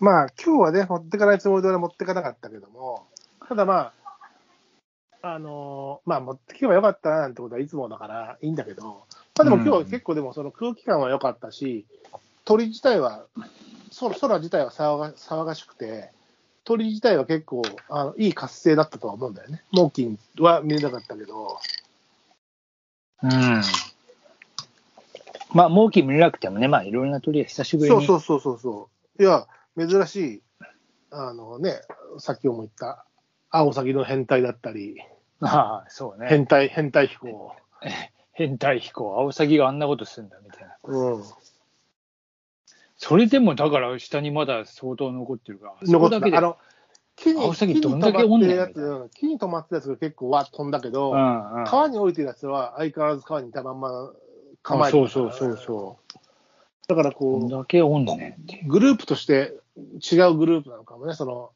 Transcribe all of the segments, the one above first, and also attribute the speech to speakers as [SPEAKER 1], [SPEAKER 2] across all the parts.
[SPEAKER 1] まあ、今日はね、持ってかないつもりで俺は持ってかなかったけども、ただまあ、あのーまあ、持ってけばよかったななんてことはいつもだからいいんだけど、まあでも今日は結構でもその空気感は良かったし、鳥自体は、空空自体は騒が騒がしくて、鳥自体は結構あのいい活性だったとは思うんだよね。モーキンは見れなかったけど、
[SPEAKER 2] うん。まあ、モーキー見れなくてもね、まあ、いろいろな鳥は久しぶり
[SPEAKER 1] そう
[SPEAKER 2] に。
[SPEAKER 1] そううそうそうそう。いや、珍しい、あのね、さっきも言った、アオサギの変態だったり、
[SPEAKER 2] ああ、そうね。
[SPEAKER 1] 変態、変態飛行。
[SPEAKER 2] 変態飛行、アオサギがあんなことするんだ、みたいな。
[SPEAKER 1] うん。
[SPEAKER 2] それでも、だから、下にまだ相当残ってるから。
[SPEAKER 1] 残っ
[SPEAKER 2] そこだ
[SPEAKER 1] た
[SPEAKER 2] けで
[SPEAKER 1] あの、木
[SPEAKER 2] アオ
[SPEAKER 1] に、木
[SPEAKER 2] サギ
[SPEAKER 1] に
[SPEAKER 2] ど
[SPEAKER 1] 止
[SPEAKER 2] ん
[SPEAKER 1] ま
[SPEAKER 2] だ
[SPEAKER 1] っ
[SPEAKER 2] けおん
[SPEAKER 1] て
[SPEAKER 2] ね
[SPEAKER 1] る
[SPEAKER 2] ん
[SPEAKER 1] やつ、うん木に止まってるやつが結構わっ飛んだけど、
[SPEAKER 2] うんうん。
[SPEAKER 1] 川に降りてるやつは相変わらず川にいたまんま構えて
[SPEAKER 2] そ
[SPEAKER 1] る。
[SPEAKER 2] うそうそうそう
[SPEAKER 1] だから
[SPEAKER 2] う。どん
[SPEAKER 1] こ
[SPEAKER 2] だけおんねんっていう
[SPEAKER 1] う、グループとして違うグループなのかもね、その、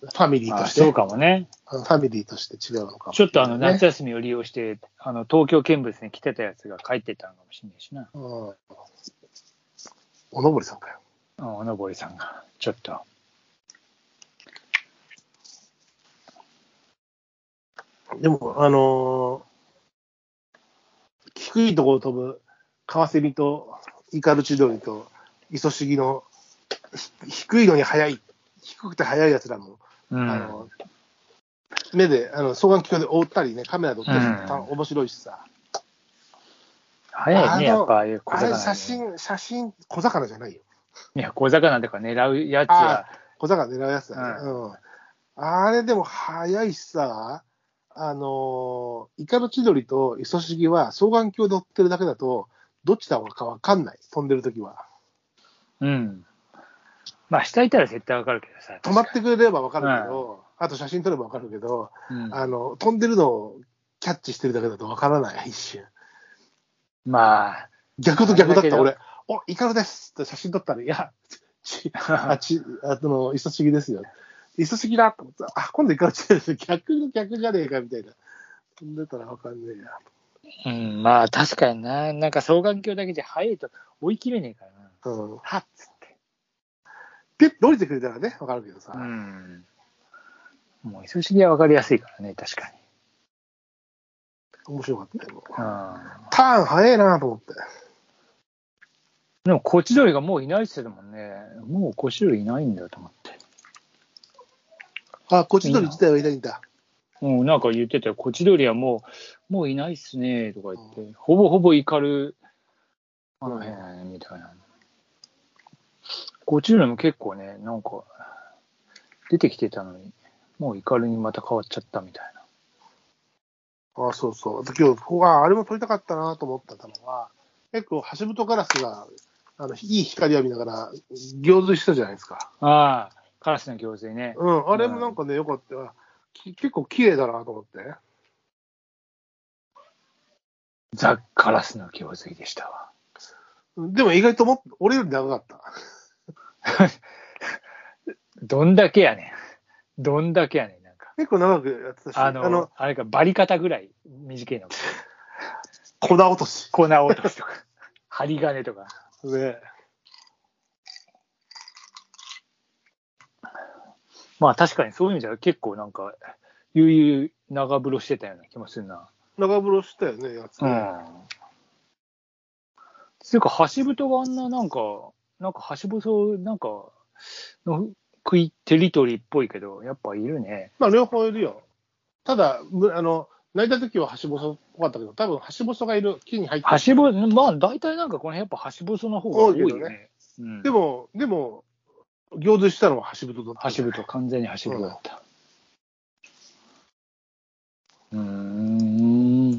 [SPEAKER 1] ファミリー
[SPEAKER 2] あ
[SPEAKER 1] と
[SPEAKER 2] あ
[SPEAKER 1] して。
[SPEAKER 2] そうかもね。
[SPEAKER 1] あのファミリーとして違うのかも、
[SPEAKER 2] ちょっとあの
[SPEAKER 1] ね
[SPEAKER 2] 夏休みを利用して、あの東京見物に来てたやつが帰ってたのかもしれないしな、
[SPEAKER 1] うんおのぼりさんかよ。
[SPEAKER 2] うんおのぼりさんが、ちょっと。
[SPEAKER 1] でも、あのー低いところを飛ぶカワセミとイカルチドリとイソシギのひ低いのに速い、低くて速いやつらも、
[SPEAKER 2] うん、
[SPEAKER 1] あの目で、あの双眼鏡で追ったりね、カメラで追ったりするとた
[SPEAKER 2] うん
[SPEAKER 1] 面白いしさ、
[SPEAKER 2] 早いね、
[SPEAKER 1] あの
[SPEAKER 2] やっぱああいう小
[SPEAKER 1] あ
[SPEAKER 2] 魚、
[SPEAKER 1] れ
[SPEAKER 2] ね。
[SPEAKER 1] 写真、写真、小魚じゃないよ。
[SPEAKER 2] いや、小魚とか狙うやつは、
[SPEAKER 1] 小魚狙うやつだね。
[SPEAKER 2] う
[SPEAKER 1] うん。あれでも速いしさ、あのーイカの千鳥とイソシギは双眼鏡で追ってるだけだと、どっちだかわかんない、飛んでるときは。
[SPEAKER 2] うん。まあ、下いたら絶対わかるけどさ。
[SPEAKER 1] 止まってくれればわかるけど、あと写真撮ればわかるけど、
[SPEAKER 2] うん
[SPEAKER 1] あの、飛んでるのをキャッチしてるだけだとわからない、一瞬。
[SPEAKER 2] まあ、
[SPEAKER 1] 逆と逆だった、
[SPEAKER 2] あれ
[SPEAKER 1] 俺。お、イカルですって写真撮ったら、いや、ち、あ、ち、 あの、イソシギですよ。イソシギだと思ったあ、今度イカルチです。逆の逆じゃねえか、みたいな。飛んでたらわかんねえや。
[SPEAKER 2] うん、まあ確かにな、なんか双眼鏡だけじゃ早いと追い切れねえからな。
[SPEAKER 1] うん。
[SPEAKER 2] はっつって。
[SPEAKER 1] ピュッと降りてくれたらね、わかるけどさ。
[SPEAKER 2] うん。もう、イソシギはわかりやすいからね、確かに。
[SPEAKER 1] 面白かったよ。
[SPEAKER 2] うん。
[SPEAKER 1] ターン早いなと思って。
[SPEAKER 2] でも、コチドリがもういないっすよもんね。もうコチドリいないんだと思って。
[SPEAKER 1] あ、コチドリ自体はいないんだ。
[SPEAKER 2] うん、なんか言ってたよ。コチドリはもう、もういないっすね、とか言って。ほぼほぼ怒る、あの辺、みたいな。コチドリも結構ね、なんか、出てきてたのに、もう怒るにまた変わっちゃったみたいな。
[SPEAKER 1] あ、そうそう。あと今日、ここああれも撮りたかったなと思ってたのは、結構、橋本ガラスが、あの、いい光浴びながら、行水したじゃないですか。
[SPEAKER 2] ああ、カラスの行水ね。
[SPEAKER 1] うん、あれもなんかね、よかった。き結構綺麗だなと思って。
[SPEAKER 2] ザ・カラスの行水でしたわ。
[SPEAKER 1] でも意外ともっ俺より長かった。
[SPEAKER 2] どんだけやねん。 どんだけやねん、なんか。
[SPEAKER 1] 結構長くやってたし、
[SPEAKER 2] あ
[SPEAKER 1] あ
[SPEAKER 2] の、
[SPEAKER 1] の、
[SPEAKER 2] あれか、バリ方ぐらい短いのか。
[SPEAKER 1] 粉落とし。
[SPEAKER 2] 粉落としとか、 針金とか。
[SPEAKER 1] ね、
[SPEAKER 2] まあ確かにそういう意味じゃ結構なんか、悠々長風呂してたような気もするな。
[SPEAKER 1] 長風呂したよね、やつ、ね。
[SPEAKER 2] つうか、橋太があんななんか、なんか橋細なんか、の食い、テリトリーっぽいけど、やっぱいるね。
[SPEAKER 1] まあ、両方いるよ。ただ、むあの、泣いた時は橋細っぽかったけど、多分橋細がいる、木に入ってる
[SPEAKER 2] 橋細、まあ大体なんかこの辺やっぱ橋細の方が多いよ
[SPEAKER 1] 多い
[SPEAKER 2] ね。
[SPEAKER 1] よ
[SPEAKER 2] うん、
[SPEAKER 1] でも、でも、行水したのは橋太だった。
[SPEAKER 2] 橋太、完全に橋太だった。うーん。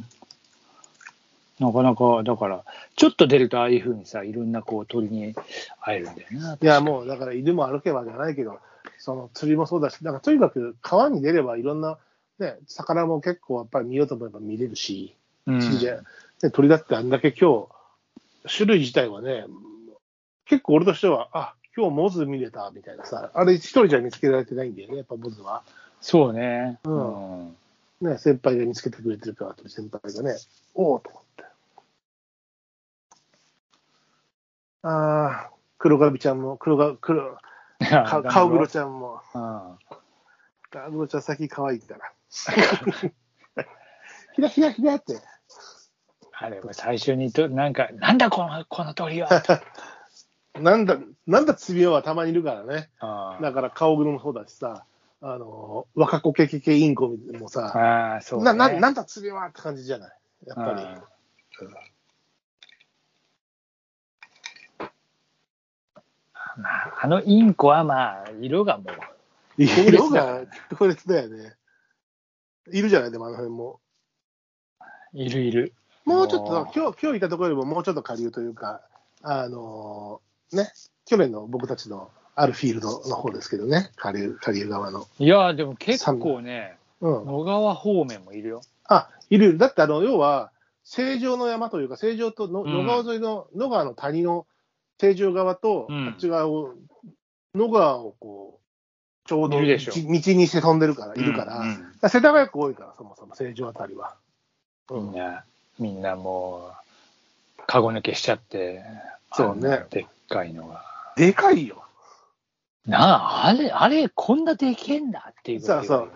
[SPEAKER 2] なかなか、だから、ちょっと出るとああいうふうにさ、いろんなこう鳥に会えるんだよな。
[SPEAKER 1] いや、もう、だから犬も歩けばじゃないけど、その釣りもそうだし、なんかとにかく川に出ればいろんな、ね、魚も結構やっぱり見ようと思えば見れるし。
[SPEAKER 2] うん、
[SPEAKER 1] 鳥じゃね、鳥だってあんだけ今日、種類自体はね、結構俺としては、あ今日モズ見れたみたいなさ、あれ一人じゃ見つけられてないんだよね、やっぱモズは。
[SPEAKER 2] そうね。
[SPEAKER 1] うん
[SPEAKER 2] うん
[SPEAKER 1] ね、先輩が見つけてくれてるから、鳥先輩がね、おおと思って。 ああ、黒ガビちゃんも、黒が、黒、か顔黒ちゃんも。
[SPEAKER 2] うん
[SPEAKER 1] 顔黒ちゃん先可愛いから。 ひらひらひらって。
[SPEAKER 2] あれ、最初にと、なんか、なんだこの、この鳥 は。
[SPEAKER 1] なんだ、なんだつびよはたまにいるからね。
[SPEAKER 2] あ
[SPEAKER 1] だから顔黒もそうだしさ、あの、若子ケケケインコも
[SPEAKER 2] あ
[SPEAKER 1] さ、
[SPEAKER 2] ああ、そう、ね。
[SPEAKER 1] な、な、なんだつびよはって感じじゃないやっぱり。
[SPEAKER 2] ああまあ、あのインコはまあ、色がもう、
[SPEAKER 1] 色が強烈だよね。いるじゃない、でもあの辺も。
[SPEAKER 2] いるいる。
[SPEAKER 1] もうちょっと
[SPEAKER 2] あ、ー
[SPEAKER 1] 今日、今日いたところよりももうちょっと下流というか、あのーね、去年の僕たちのあるフィールドの方ですけどね、下流、下流側の。
[SPEAKER 2] いやー、でも結構ね、
[SPEAKER 1] うん。
[SPEAKER 2] 野川方面もいるよ。
[SPEAKER 1] あ、いるいる。だって、あの、要は、成城の山というか、成城との
[SPEAKER 2] うん
[SPEAKER 1] 野川沿いの、野川の谷の成城側と、
[SPEAKER 2] うん
[SPEAKER 1] あっち側を、野川をこう、ちょうど道
[SPEAKER 2] いるでしょ
[SPEAKER 1] 道にして飛んでるから、いるから、だ
[SPEAKER 2] う
[SPEAKER 1] か
[SPEAKER 2] ん
[SPEAKER 1] ら世田谷区多いから、そもそも成城あたりは。
[SPEAKER 2] う
[SPEAKER 1] うんん
[SPEAKER 2] みんな、みんなもう、カゴ抜けしちゃって、
[SPEAKER 1] そうね
[SPEAKER 2] あんなでっかいのが。
[SPEAKER 1] でかいよ。
[SPEAKER 2] なあ、あれ、あれ、こんなでけんだっていうぐらい
[SPEAKER 1] そうそう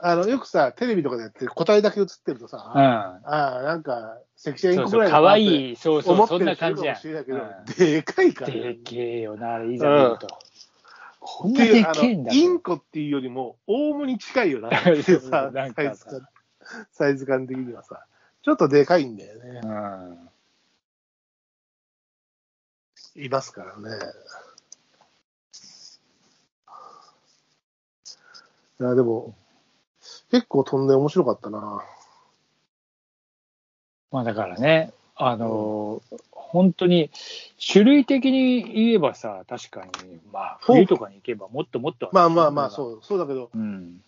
[SPEAKER 1] あの、よくさ、テレビとかでやってる個体だけ映ってるとさ、
[SPEAKER 2] う
[SPEAKER 1] あ
[SPEAKER 2] ん。
[SPEAKER 1] あ、なんか、セクシーイン
[SPEAKER 2] そう
[SPEAKER 1] コ
[SPEAKER 2] そ
[SPEAKER 1] ぐら
[SPEAKER 2] う、
[SPEAKER 1] いだ
[SPEAKER 2] か
[SPEAKER 1] な
[SPEAKER 2] わ
[SPEAKER 1] って
[SPEAKER 2] いい、そうそ
[SPEAKER 1] 思
[SPEAKER 2] う、
[SPEAKER 1] って
[SPEAKER 2] そんな感じや
[SPEAKER 1] る。人いるかもしれない
[SPEAKER 2] うん
[SPEAKER 1] けど、でかいからね、
[SPEAKER 2] でけえよな、あれ、いざ見ると。こんなでけえんだ
[SPEAKER 1] っていうあのインコっていうよりも、オウムに近いよな、っていう
[SPEAKER 2] そうそう
[SPEAKER 1] さ
[SPEAKER 2] なんか
[SPEAKER 1] サイズ感、サイズ感的にはさ、ちょっとでかいんだよね。
[SPEAKER 2] うん。
[SPEAKER 1] いますからね。いや、でも、結構飛んで面白かったな。
[SPEAKER 2] まあだからね、あのー本当に、種類的に言えばさ、確かに、まあ、
[SPEAKER 1] フォーク
[SPEAKER 2] 冬とかに行けばもっともっと。
[SPEAKER 1] まあまあまあ、
[SPEAKER 2] う。
[SPEAKER 1] そう、そうだけど、
[SPEAKER 2] うん。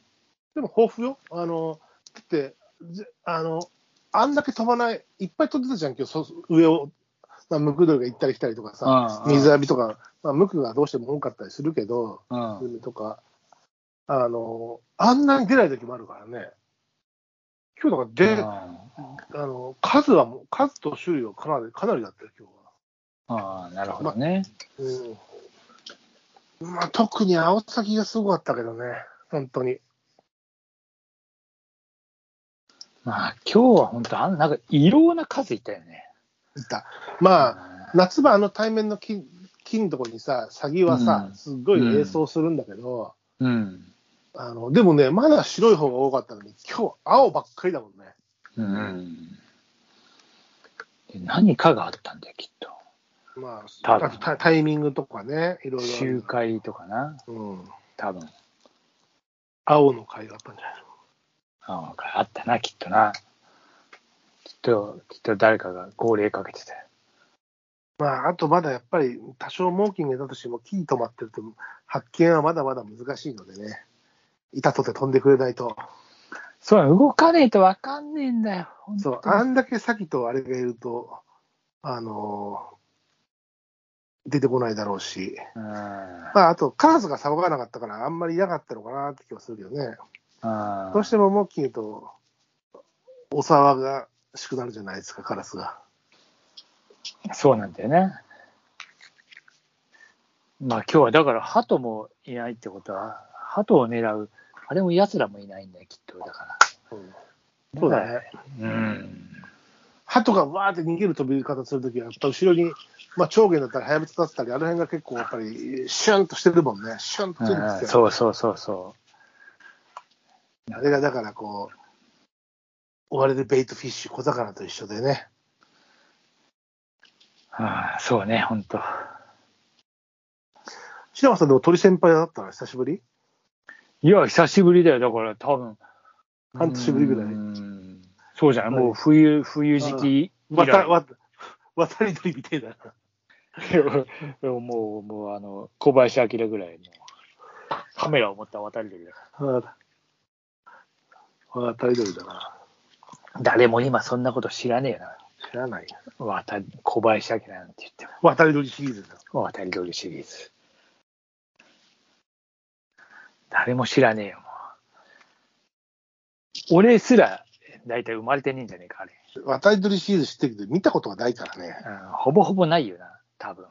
[SPEAKER 1] でも豊富よ。あの、だって、ぜあの、あんだけ飛ばない、いっぱい飛んでたじゃん、今日、そ上を、まあ、ムクドリが行ったり来たりとかさ、
[SPEAKER 2] ああ
[SPEAKER 1] 水浴びとか、まあ、ムクがどうしても多かったりするけど、
[SPEAKER 2] うん。
[SPEAKER 1] 海とか、あの、あんなに出ない時もあるからね。今日なんか
[SPEAKER 2] あ
[SPEAKER 1] で、あの、数はもう、数と種類はかなり、かなりだったよ、今
[SPEAKER 2] あ、なるほどね。
[SPEAKER 1] 日は。うん。まあ、特に青崎がすごかったけどね、本当に。
[SPEAKER 2] まあ、今日は本当、あんなんか、いろんな数いたよね。
[SPEAKER 1] いた。まあ、
[SPEAKER 2] あ
[SPEAKER 1] 夏場あの対面の木木のとこにさ、サギはさ
[SPEAKER 2] う、ん
[SPEAKER 1] すっごい映装するんだけど、
[SPEAKER 2] うん。
[SPEAKER 1] あの、でもね、まだ白い方が多かったのに、今日青ばっかりだもんね。
[SPEAKER 2] うん。で何かがあったんだよ、きっと。
[SPEAKER 1] まあ、
[SPEAKER 2] 多
[SPEAKER 1] あ
[SPEAKER 2] 分
[SPEAKER 1] とタタイミングとかね、いろい
[SPEAKER 2] 集
[SPEAKER 1] ろ
[SPEAKER 2] 会とかな、
[SPEAKER 1] ある。うん。
[SPEAKER 2] 多分。
[SPEAKER 1] 青の会があったんじゃない
[SPEAKER 2] あわかあったな、きっとな。きっと、きっと誰かが号令かけてたよ。
[SPEAKER 1] まあ、あとまだやっぱり、多少猛禽がいたとしても、木に止まってると、発見はまだまだ難しいのでね、板とって飛んでくれないと。
[SPEAKER 2] そうなの動かねえとわかんねえんだよ。本当
[SPEAKER 1] そう、あんだけサギとあれがいると、あのー出てこないだろうし。
[SPEAKER 2] うん
[SPEAKER 1] まあ、あと、カラスが騒がなかったから、あんまり嫌がったのかなって気はするけどね。
[SPEAKER 2] あ
[SPEAKER 1] どうしてもモッキーと、お騒がしくなるじゃないですか、カラスが。
[SPEAKER 2] そうなんだよね。まあ今日はだから鳩もいないってことは、鳩を狙う、あれも奴らもいないんだよ、きっと。だから。
[SPEAKER 1] そうだね。
[SPEAKER 2] うん。
[SPEAKER 1] 鳩がわーって逃げる飛び方するときは、やっぱ後ろに、まあ、長弦だったり、ハヤブツだったり、あの辺が結構やっぱり、シュンとしてるもんね。シュンとしてるんです
[SPEAKER 2] うん
[SPEAKER 1] よ。
[SPEAKER 2] そうそうそうそ
[SPEAKER 1] あれがだからこう、追われるベイトフィッシュ、小魚と一緒でね。
[SPEAKER 2] う。ああ、そうね、本当。
[SPEAKER 1] 白間さんでも鳥先輩だったの久しぶり
[SPEAKER 2] いや、久しぶりだよ。だから多分。
[SPEAKER 1] 半年ぶりぐらい
[SPEAKER 2] うんそうじゃないもう冬、冬時期以
[SPEAKER 1] わ
[SPEAKER 2] 来。
[SPEAKER 1] た、わた、渡り鳥みたいだな。
[SPEAKER 2] もう、もう、あの、小林明ぐらいの、カメラを持った渡り鳥だよ
[SPEAKER 1] 渡り鳥だな。
[SPEAKER 2] 誰も今そんなこと知らねえな。
[SPEAKER 1] 知らないよ。
[SPEAKER 2] 渡り小林明なんて言って
[SPEAKER 1] 渡り鳥シリーズだ。
[SPEAKER 2] も、渡り鳥シリーズ。誰も知らねえよ、もう。俺すら、大体生まれてねえんじゃねえか、あれ。
[SPEAKER 1] 渡り鳥シリーズ知ってるけど、見たことがないからね。
[SPEAKER 2] うんほぼほぼないよな、多分。